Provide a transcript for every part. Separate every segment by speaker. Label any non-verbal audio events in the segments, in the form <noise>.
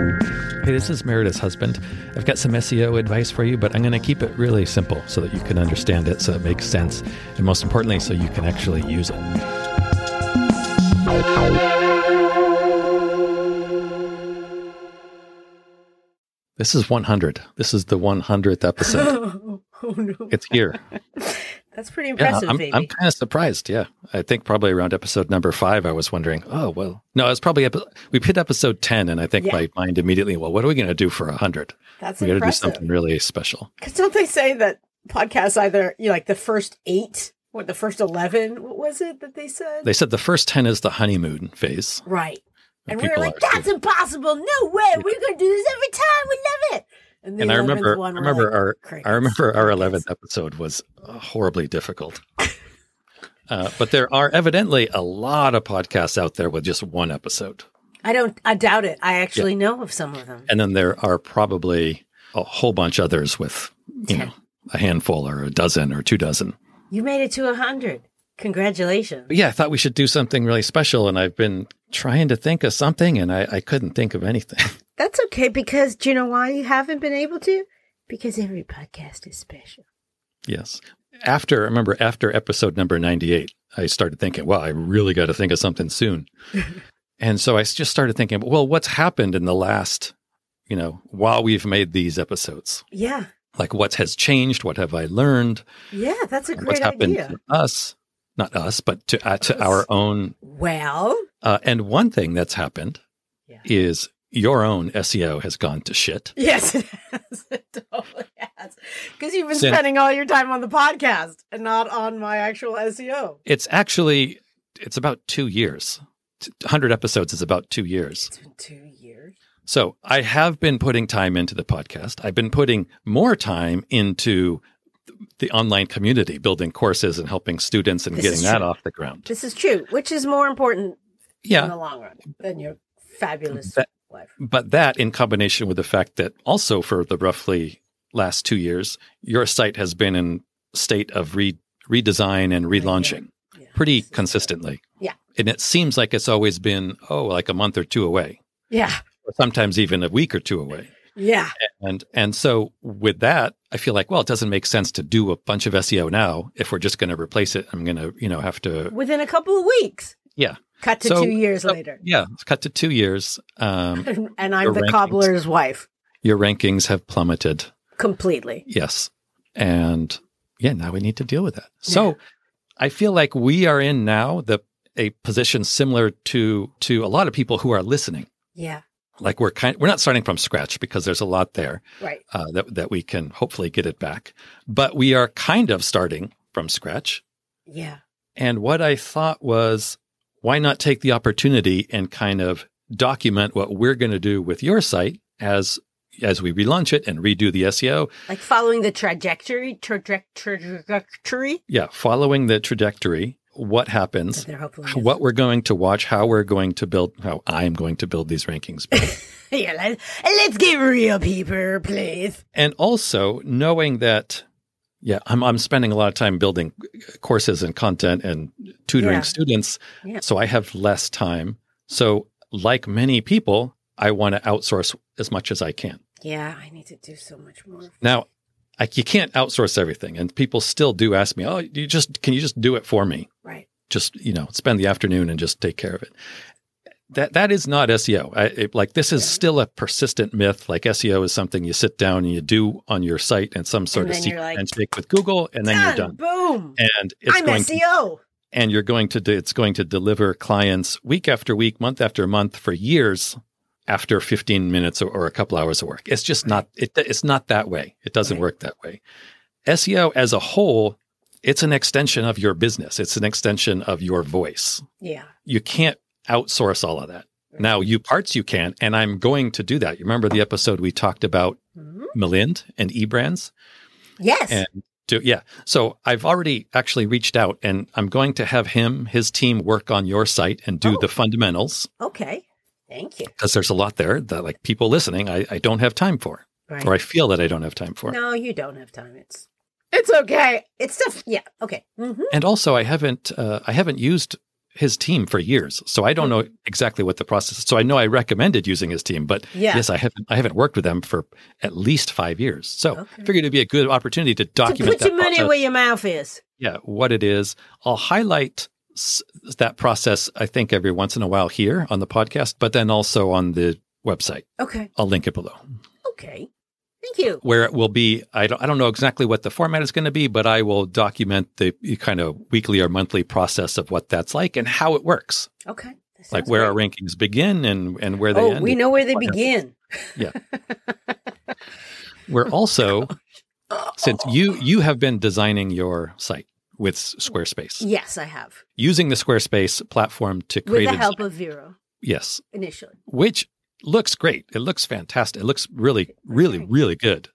Speaker 1: Hey, this is Meredith's husband. I've got some SEO advice for you, but I'm going to keep it really simple so that you can understand it, so it makes sense, and most importantly, so you can actually use it. This is 100. This is the 100th episode.
Speaker 2: <laughs> Oh, oh no.
Speaker 1: It's here.
Speaker 2: That's pretty
Speaker 1: Yeah,
Speaker 2: impressive,
Speaker 1: I'm,
Speaker 2: baby.
Speaker 1: I'm kind of surprised. Yeah, I think probably around episode number five, I was wondering. Oh well, no, it's probably epi- we hit episode ten, and I think
Speaker 2: Yeah.
Speaker 1: my mind immediately, well, what are we going to do for a hundred?
Speaker 2: That's
Speaker 1: We got to do
Speaker 2: impressive.
Speaker 1: something really special.
Speaker 2: Because don't they say that podcasts either, you know, like the first eight or the first 11, what was it that they said?
Speaker 1: They said the first ten is the honeymoon phase.
Speaker 2: right. And we were
Speaker 1: people
Speaker 2: like,
Speaker 1: are
Speaker 2: that's
Speaker 1: too.
Speaker 2: impossible. No way. We're going to do this every time. We love it. the
Speaker 1: And I
Speaker 2: 11th
Speaker 1: remember, I
Speaker 2: one, we're
Speaker 1: remember
Speaker 2: like,
Speaker 1: our,
Speaker 2: "Crickets,
Speaker 1: I remember our
Speaker 2: crickets."
Speaker 1: eleventh episode was uh, horribly
Speaker 2: <laughs>
Speaker 1: difficult. uh, but there are evidently a lot of podcasts out there with just one episode,
Speaker 2: I don't, I doubt it. I actually know of some of them.
Speaker 1: and then there are probably a whole bunch others with you
Speaker 2: Ten.
Speaker 1: know a handful or a dozen or two dozen.
Speaker 2: You made it to 100. Congratulations.
Speaker 1: But yeah, I thought we should do something really special, and I've been trying to think of something, and I, I couldn't think of anything.
Speaker 2: That's okay because do you know why you haven't been able to? Because every podcast is special.
Speaker 1: yes. After, remember, after episode number 98, I started thinking, well, I really got to think of something
Speaker 2: <laughs>
Speaker 1: soon. and so I s- just started thinking, well, what's happened in the last, you know, while we've made these episodes?
Speaker 2: Yeah.
Speaker 1: Like, what has changed? What have I learned?
Speaker 2: Yeah, that's a
Speaker 1: What's
Speaker 2: great
Speaker 1: happened
Speaker 2: idea.
Speaker 1: to us? Not us, but to, uh, to our own
Speaker 2: Well, <laughs>
Speaker 1: Uh, and one thing that's happened
Speaker 2: Yeah.
Speaker 1: is your own SEO has gone to shit.
Speaker 2: yes, it has. It totally has. Because you've been
Speaker 1: Sin-
Speaker 2: spending all your time on the podcast and not on my actual E SEO.
Speaker 1: It's actually it's about two years. T- 100 episodes is about two years.
Speaker 2: It's been two years.
Speaker 1: So I have been putting time into the podcast. I've been putting more time into the online community, building courses and helping students and
Speaker 2: This
Speaker 1: getting
Speaker 2: is
Speaker 1: that
Speaker 2: true.
Speaker 1: off the ground.
Speaker 2: This is true, which is more important in
Speaker 1: Yeah.
Speaker 2: the long run than your fabulous
Speaker 1: That-
Speaker 2: life.
Speaker 1: But that in combination with the fact that also for the roughly last two years, your site has been in state of re- redesign and relaunching.
Speaker 2: Yeah.
Speaker 1: pretty consistently.
Speaker 2: Yeah.
Speaker 1: And it seems like it's always been, oh, like a month or two away,
Speaker 2: Yeah.
Speaker 1: or sometimes even a week or two away.
Speaker 2: Yeah.
Speaker 1: And and so with that, I feel like, well, it doesn't make sense to do a bunch of SEO now if we're just going to replace it. I'm going to, you know, have to
Speaker 2: Within a couple of weeks.
Speaker 1: Yeah.
Speaker 2: Cut to
Speaker 1: So-
Speaker 2: two years
Speaker 1: so-
Speaker 2: later.
Speaker 1: yeah, it's cut to 2 years. Um
Speaker 2: And,
Speaker 1: Your
Speaker 2: I'm the
Speaker 1: rankings.
Speaker 2: cobbler's wife
Speaker 1: your rankings have plummeted.
Speaker 2: completely.
Speaker 1: Yes. And yeah, now we need to deal with that. So I feel like we are in now the a position similar to to a lot of people who are listening.
Speaker 2: Yeah.
Speaker 1: like we're kind we're not starting from scratch because there's a lot there
Speaker 2: Right.
Speaker 1: uh, that that we can hopefully get it back but we are kind of starting from scratch
Speaker 2: Yeah.
Speaker 1: and what i thought was why not take the opportunity and kind of document what we're going to do with your site as as we relaunch it and redo the E seo
Speaker 2: Like following the trajectory, traje- trajectory
Speaker 1: yeah following the trajectory what
Speaker 2: that
Speaker 1: happens
Speaker 2: they're hopefully.
Speaker 1: what we're going to watch how we're going to build how i'm going to build these rankings
Speaker 2: <laughs> Yeah, let, let's get real, people, please.
Speaker 1: and also knowing that yeah i'm, I'm spending a lot of time building courses and content and tutoring
Speaker 2: Yeah.
Speaker 1: students
Speaker 2: Yeah.
Speaker 1: so i have less time so like many people i want to outsource as much as i can
Speaker 2: Yeah, I need to do so much more.
Speaker 1: now I, you can't outsource everything and people still do ask me oh you just can you just do it for me
Speaker 2: Right.
Speaker 1: just you know spend the afternoon and just take care of it that that is not seo I, it, like this is
Speaker 2: Yeah.
Speaker 1: still a persistent myth like seo is something you sit down and you do on your site and some sort of
Speaker 2: then you're
Speaker 1: secret
Speaker 2: like,
Speaker 1: handshake with google and then you're done
Speaker 2: Boom.
Speaker 1: and it's
Speaker 2: I'm E
Speaker 1: going to,
Speaker 2: SEO.
Speaker 1: and you're going to do, it's going to deliver clients week after week month after month for years after 15 minutes or, or a couple hours of work it's just not it, it's not that way it doesn't
Speaker 2: Right.
Speaker 1: work that way seo as a whole it's an extension of your business it's an extension of your voice
Speaker 2: Yeah.
Speaker 1: you can't outsource all of that. Now, you parts you can, and I'm going to do that. You remember the episode we talked about
Speaker 2: Mhm.
Speaker 1: Melind and eBrands?
Speaker 2: Yes.
Speaker 1: And to, yeah. So I've already actually reached out and I'm going to have him, his team work on your site and do
Speaker 2: Oh.
Speaker 1: the fundamentals
Speaker 2: okay. Thank you.
Speaker 1: because there's a lot there that like people listening, I, I don't have time for,
Speaker 2: Right.
Speaker 1: or I feel that I don't have time for.
Speaker 2: No, you don't have time. It's it's okay. It's stuff. Yeah. Okay. hmm
Speaker 1: And also I haven't, uh, I haven't used his team for years, so I
Speaker 2: Oh.
Speaker 1: don't know exactly what the process. So I know I recommended using his team, but
Speaker 2: Yeah.
Speaker 1: yes, I haven't I haven't worked with them for at least five years. So
Speaker 2: Okay.
Speaker 1: I figured it'd be a good opportunity to
Speaker 2: to
Speaker 1: document
Speaker 2: put your
Speaker 1: that
Speaker 2: money
Speaker 1: process.
Speaker 2: where your mouth is.
Speaker 1: yeah, what it is. I'll highlight s- that process. I think every once in a while here on the podcast, but then also on the website.
Speaker 2: Okay.
Speaker 1: I'll link it below
Speaker 2: Mm-hmm. Okay. Thank you.
Speaker 1: where it will be. I don't, I don't know exactly what the format is going to be, but I will document the kind of weekly or monthly process of what that's like and how it works,
Speaker 2: Okay. That
Speaker 1: like
Speaker 2: sounds
Speaker 1: where
Speaker 2: great.
Speaker 1: our rankings begin and, and where they
Speaker 2: Oh,
Speaker 1: end.
Speaker 2: we know where they begin.
Speaker 1: We're
Speaker 2: <laughs>
Speaker 1: also,
Speaker 2: Oh.
Speaker 1: since you, you have been designing your site with Squarespace,
Speaker 2: Yes, I have.
Speaker 1: using the Squarespace platform to
Speaker 2: With
Speaker 1: create
Speaker 2: the
Speaker 1: a-
Speaker 2: help of Vero
Speaker 1: yes,
Speaker 2: initially.
Speaker 1: which looks great. It looks fantastic. It looks really, really,
Speaker 2: Right.
Speaker 1: really good.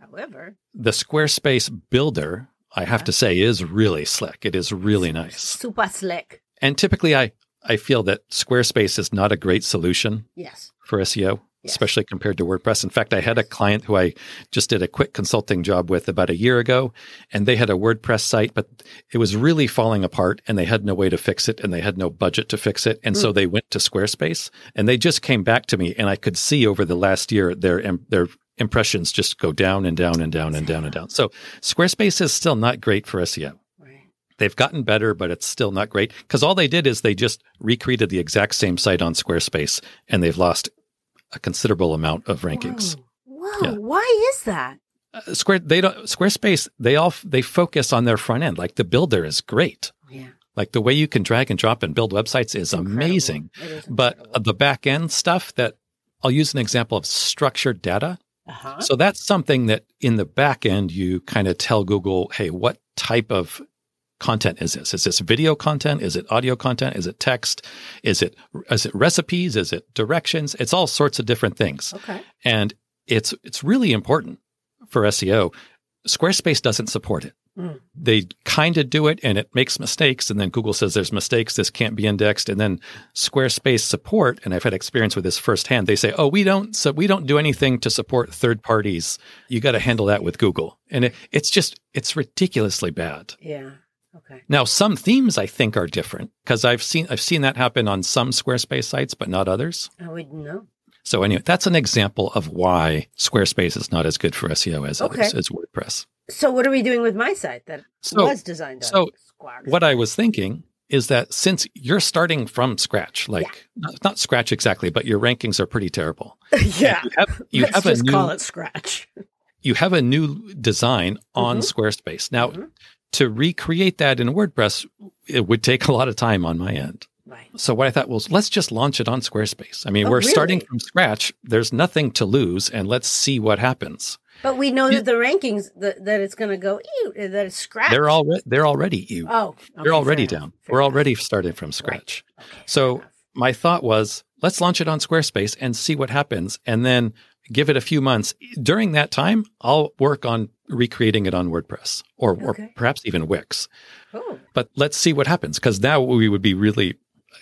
Speaker 2: However,
Speaker 1: The Squarespace builder, I have to say, is really slick. It is really nice.
Speaker 2: super slick.
Speaker 1: And typically, I I feel that Squarespace is not a great solution
Speaker 2: Yes.
Speaker 1: for SEO,
Speaker 2: Yes.
Speaker 1: especially compared to WordPress. In fact, I had a client who I just did a quick consulting job with about a year ago, and they had a WordPress site, but it was really falling apart, and they had no way to fix it, and they had no budget to fix it, and so they went to Squarespace, and they just came back to me, and I could see over the last year their im- their impressions just go down and down and down and down and down. So Squarespace is still not great for E SEO
Speaker 2: Right.
Speaker 1: they've gotten better, but it's still not great because all they did is they just recreated the exact same site on Squarespace and they've lost a considerable amount of rankings.
Speaker 2: Whoa. Whoa,
Speaker 1: Yeah.
Speaker 2: Why is that?
Speaker 1: Uh, Square they don't Squarespace they all f- they focus on their front end like the builder is great.
Speaker 2: Yeah.
Speaker 1: Like the way you can drag and drop and build websites is
Speaker 2: incredible.
Speaker 1: amazing.
Speaker 2: It is
Speaker 1: But
Speaker 2: incredible.
Speaker 1: uh, the back end stuff that I'll use an example of structured data.
Speaker 2: uh-huh.
Speaker 1: So that's something that in the back end, you kind of tell Google, hey, what type of content is this? Is this video content? Is it audio content? Is it text? Is it is it recipes? Is it directions? It's all sorts of different things.
Speaker 2: okay.
Speaker 1: And it's it's really important for SEO. Squarespace doesn't support it.
Speaker 2: Mm.
Speaker 1: They kind of do it and it makes mistakes. And then Google says there's mistakes. This can't be indexed. And then Squarespace support, and I've had experience with this firsthand. They say, oh, we don't, so we don't do anything to support third parties. You got to handle that with Google. And it, it's just, it's ridiculously bad.
Speaker 2: Yeah. Okay.
Speaker 1: Now, some themes I think are different because I've seen, I've seen that happen on some Squarespace sites, but not others.
Speaker 2: I wouldn't know.
Speaker 1: So anyway, that's an example of why Squarespace is not as good for SEO as
Speaker 2: Okay.
Speaker 1: others, as WordPress.
Speaker 2: So what are we doing with my site that
Speaker 1: So
Speaker 2: was designed on
Speaker 1: so
Speaker 2: Squawk? <laughs>
Speaker 1: what I was thinking is that since you're starting from scratch, like not, not scratch exactly, but your rankings are pretty terrible.
Speaker 2: yeah.
Speaker 1: You have, you
Speaker 2: <laughs> Let's
Speaker 1: have a
Speaker 2: just
Speaker 1: new
Speaker 2: call it Scratch.
Speaker 1: you have a new design on
Speaker 2: Mhm.
Speaker 1: Squarespace. Now
Speaker 2: Mhm.
Speaker 1: to recreate that in WordPress, it would take a lot of time on my end.
Speaker 2: Right.
Speaker 1: So what I thought was let's just launch it on Squarespace. I mean,
Speaker 2: Oh,
Speaker 1: we're starting
Speaker 2: really?
Speaker 1: from scratch. There's nothing to lose, and let's see what happens.
Speaker 2: But we know
Speaker 1: You-
Speaker 2: that the rankings that, that it's going to go ew, that it's Scratch.
Speaker 1: They're all they're already you.
Speaker 2: Oh,
Speaker 1: they're
Speaker 2: okay,
Speaker 1: already
Speaker 2: fair
Speaker 1: down.
Speaker 2: enough, fair
Speaker 1: We're
Speaker 2: enough.
Speaker 1: already starting from scratch.
Speaker 2: Okay,
Speaker 1: So-
Speaker 2: fair enough.
Speaker 1: My thought was, let's launch it on Squarespace and see what happens, and then give it a few months. During that time, I'll work on recreating it on WordPress or, or
Speaker 2: Okay.
Speaker 1: perhaps even Wix.
Speaker 2: Oh,
Speaker 1: But let's see what happens because now we would be really,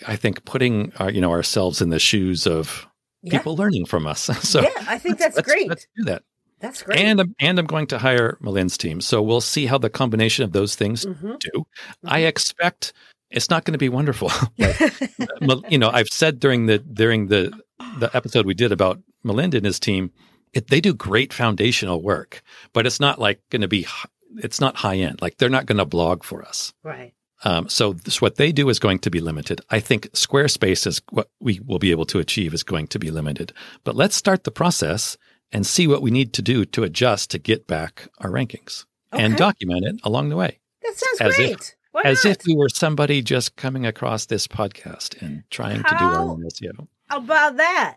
Speaker 1: I think, putting uh, you know ourselves in the shoes of
Speaker 2: yeah.
Speaker 1: people learning from us. <laughs> so
Speaker 2: yeah, I think that's
Speaker 1: let's,
Speaker 2: great.
Speaker 1: Let's do that.
Speaker 2: That's great.
Speaker 1: And I'm, and I'm going to hire Malin's team, so we'll see how the combination of those things
Speaker 2: hmm
Speaker 1: do. I expect it's not going to be wonderful. <laughs> Like,
Speaker 2: <laughs>
Speaker 1: Mel- you know, I've said during the during the the episode we did about Melinda and his team, it, they do great foundational work, but it's not like going to be. h- It's not high end. Like they're not going to blog for us.
Speaker 2: right.
Speaker 1: Um, so this, what they do is going to be limited. I think Squarespace is what we will be able to achieve is going to be limited. But let's start the process and see what we need to do to adjust to get back our rankings and
Speaker 2: Okay.
Speaker 1: document it along the way
Speaker 2: That sounds
Speaker 1: as if-
Speaker 2: great. Why
Speaker 1: as
Speaker 2: not?
Speaker 1: if we were somebody just coming across this podcast and trying to do our
Speaker 2: How-
Speaker 1: own SEO.
Speaker 2: about that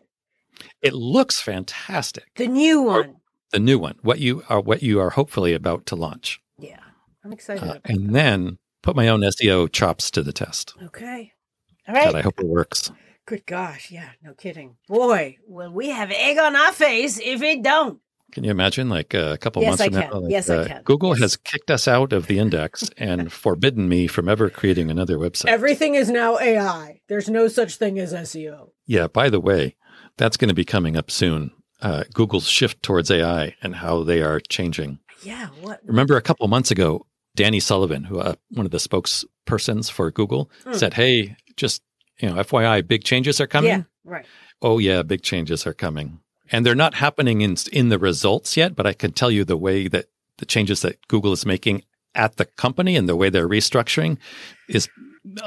Speaker 1: It looks fantastic.
Speaker 2: the new one.
Speaker 1: The new one, what you are, what you are hopefully about to launch,
Speaker 2: Yeah, I'm excited.
Speaker 1: Uh,
Speaker 2: about that.
Speaker 1: and then put my own SEO chops to the test.
Speaker 2: Okay. All
Speaker 1: God, I
Speaker 2: right.
Speaker 1: hope it works.
Speaker 2: Good gosh. Yeah. No kidding. Boy, will we have egg on our face if it don't.
Speaker 1: Can you imagine, like uh, a couple
Speaker 2: Yes,
Speaker 1: months
Speaker 2: I
Speaker 1: from now,
Speaker 2: can.
Speaker 1: like, uh,
Speaker 2: Yes, I can.
Speaker 1: Google
Speaker 2: Yes.
Speaker 1: has kicked us out of the index
Speaker 2: <laughs>
Speaker 1: and forbidden me from ever creating another website.
Speaker 2: Everything is now AI. There's no such thing as E SEO.
Speaker 1: Yeah, by the way, that's going to be coming up soon. Uh, Google's shift towards AI and how they are changing
Speaker 2: Yeah. What?
Speaker 1: Remember a couple months ago, Danny Sullivan, who uh, one of the spokespersons for Google,
Speaker 2: Hmm.
Speaker 1: said, "Hey, just you know, FYI, big changes are coming."
Speaker 2: yeah, right.
Speaker 1: Oh yeah, big changes are coming, and they're not happening in in the results yet. But I can tell you the way that the changes that Google is making at the company and the way they're restructuring is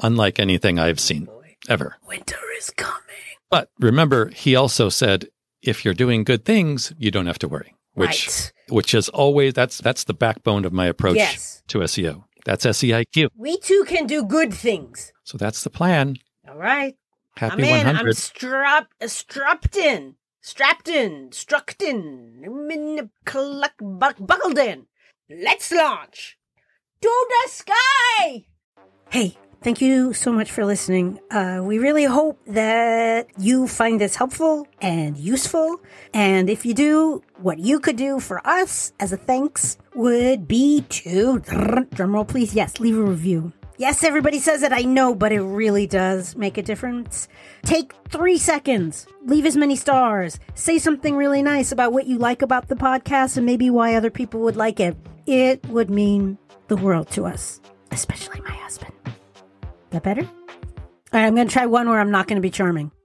Speaker 1: unlike anything I've seen
Speaker 2: Oh, Boy,
Speaker 1: ever.
Speaker 2: winter is coming.
Speaker 1: But remember, he also said, if you're doing good things, you don't have to worry. Which
Speaker 2: right.
Speaker 1: which is always that's that's the backbone of my approach
Speaker 2: Yes.
Speaker 1: to SEO. That's SEIQ.
Speaker 2: We too can do good things.
Speaker 1: So that's the plan.
Speaker 2: All right.
Speaker 1: Happy
Speaker 2: I'm in.
Speaker 1: 100.
Speaker 2: I'm strap, strapped in. Strapped in. Struck in. I'm in the collect, buck, buckled in. Let's launch. To the sky. Hey, thank you so much for listening. Uh, we really hope that you find this helpful and useful. And if you do, what you could do for us as a thanks would be to drumroll, please. Yes, leave a review. Yes, everybody says it, I know, but it really does make a difference. Take three seconds, leave as many stars, say something really nice about what you like about the podcast and maybe why other people would like it. It would mean the world to us, especially my husband. That better? All right, I'm going to try one where I'm not going to be charming.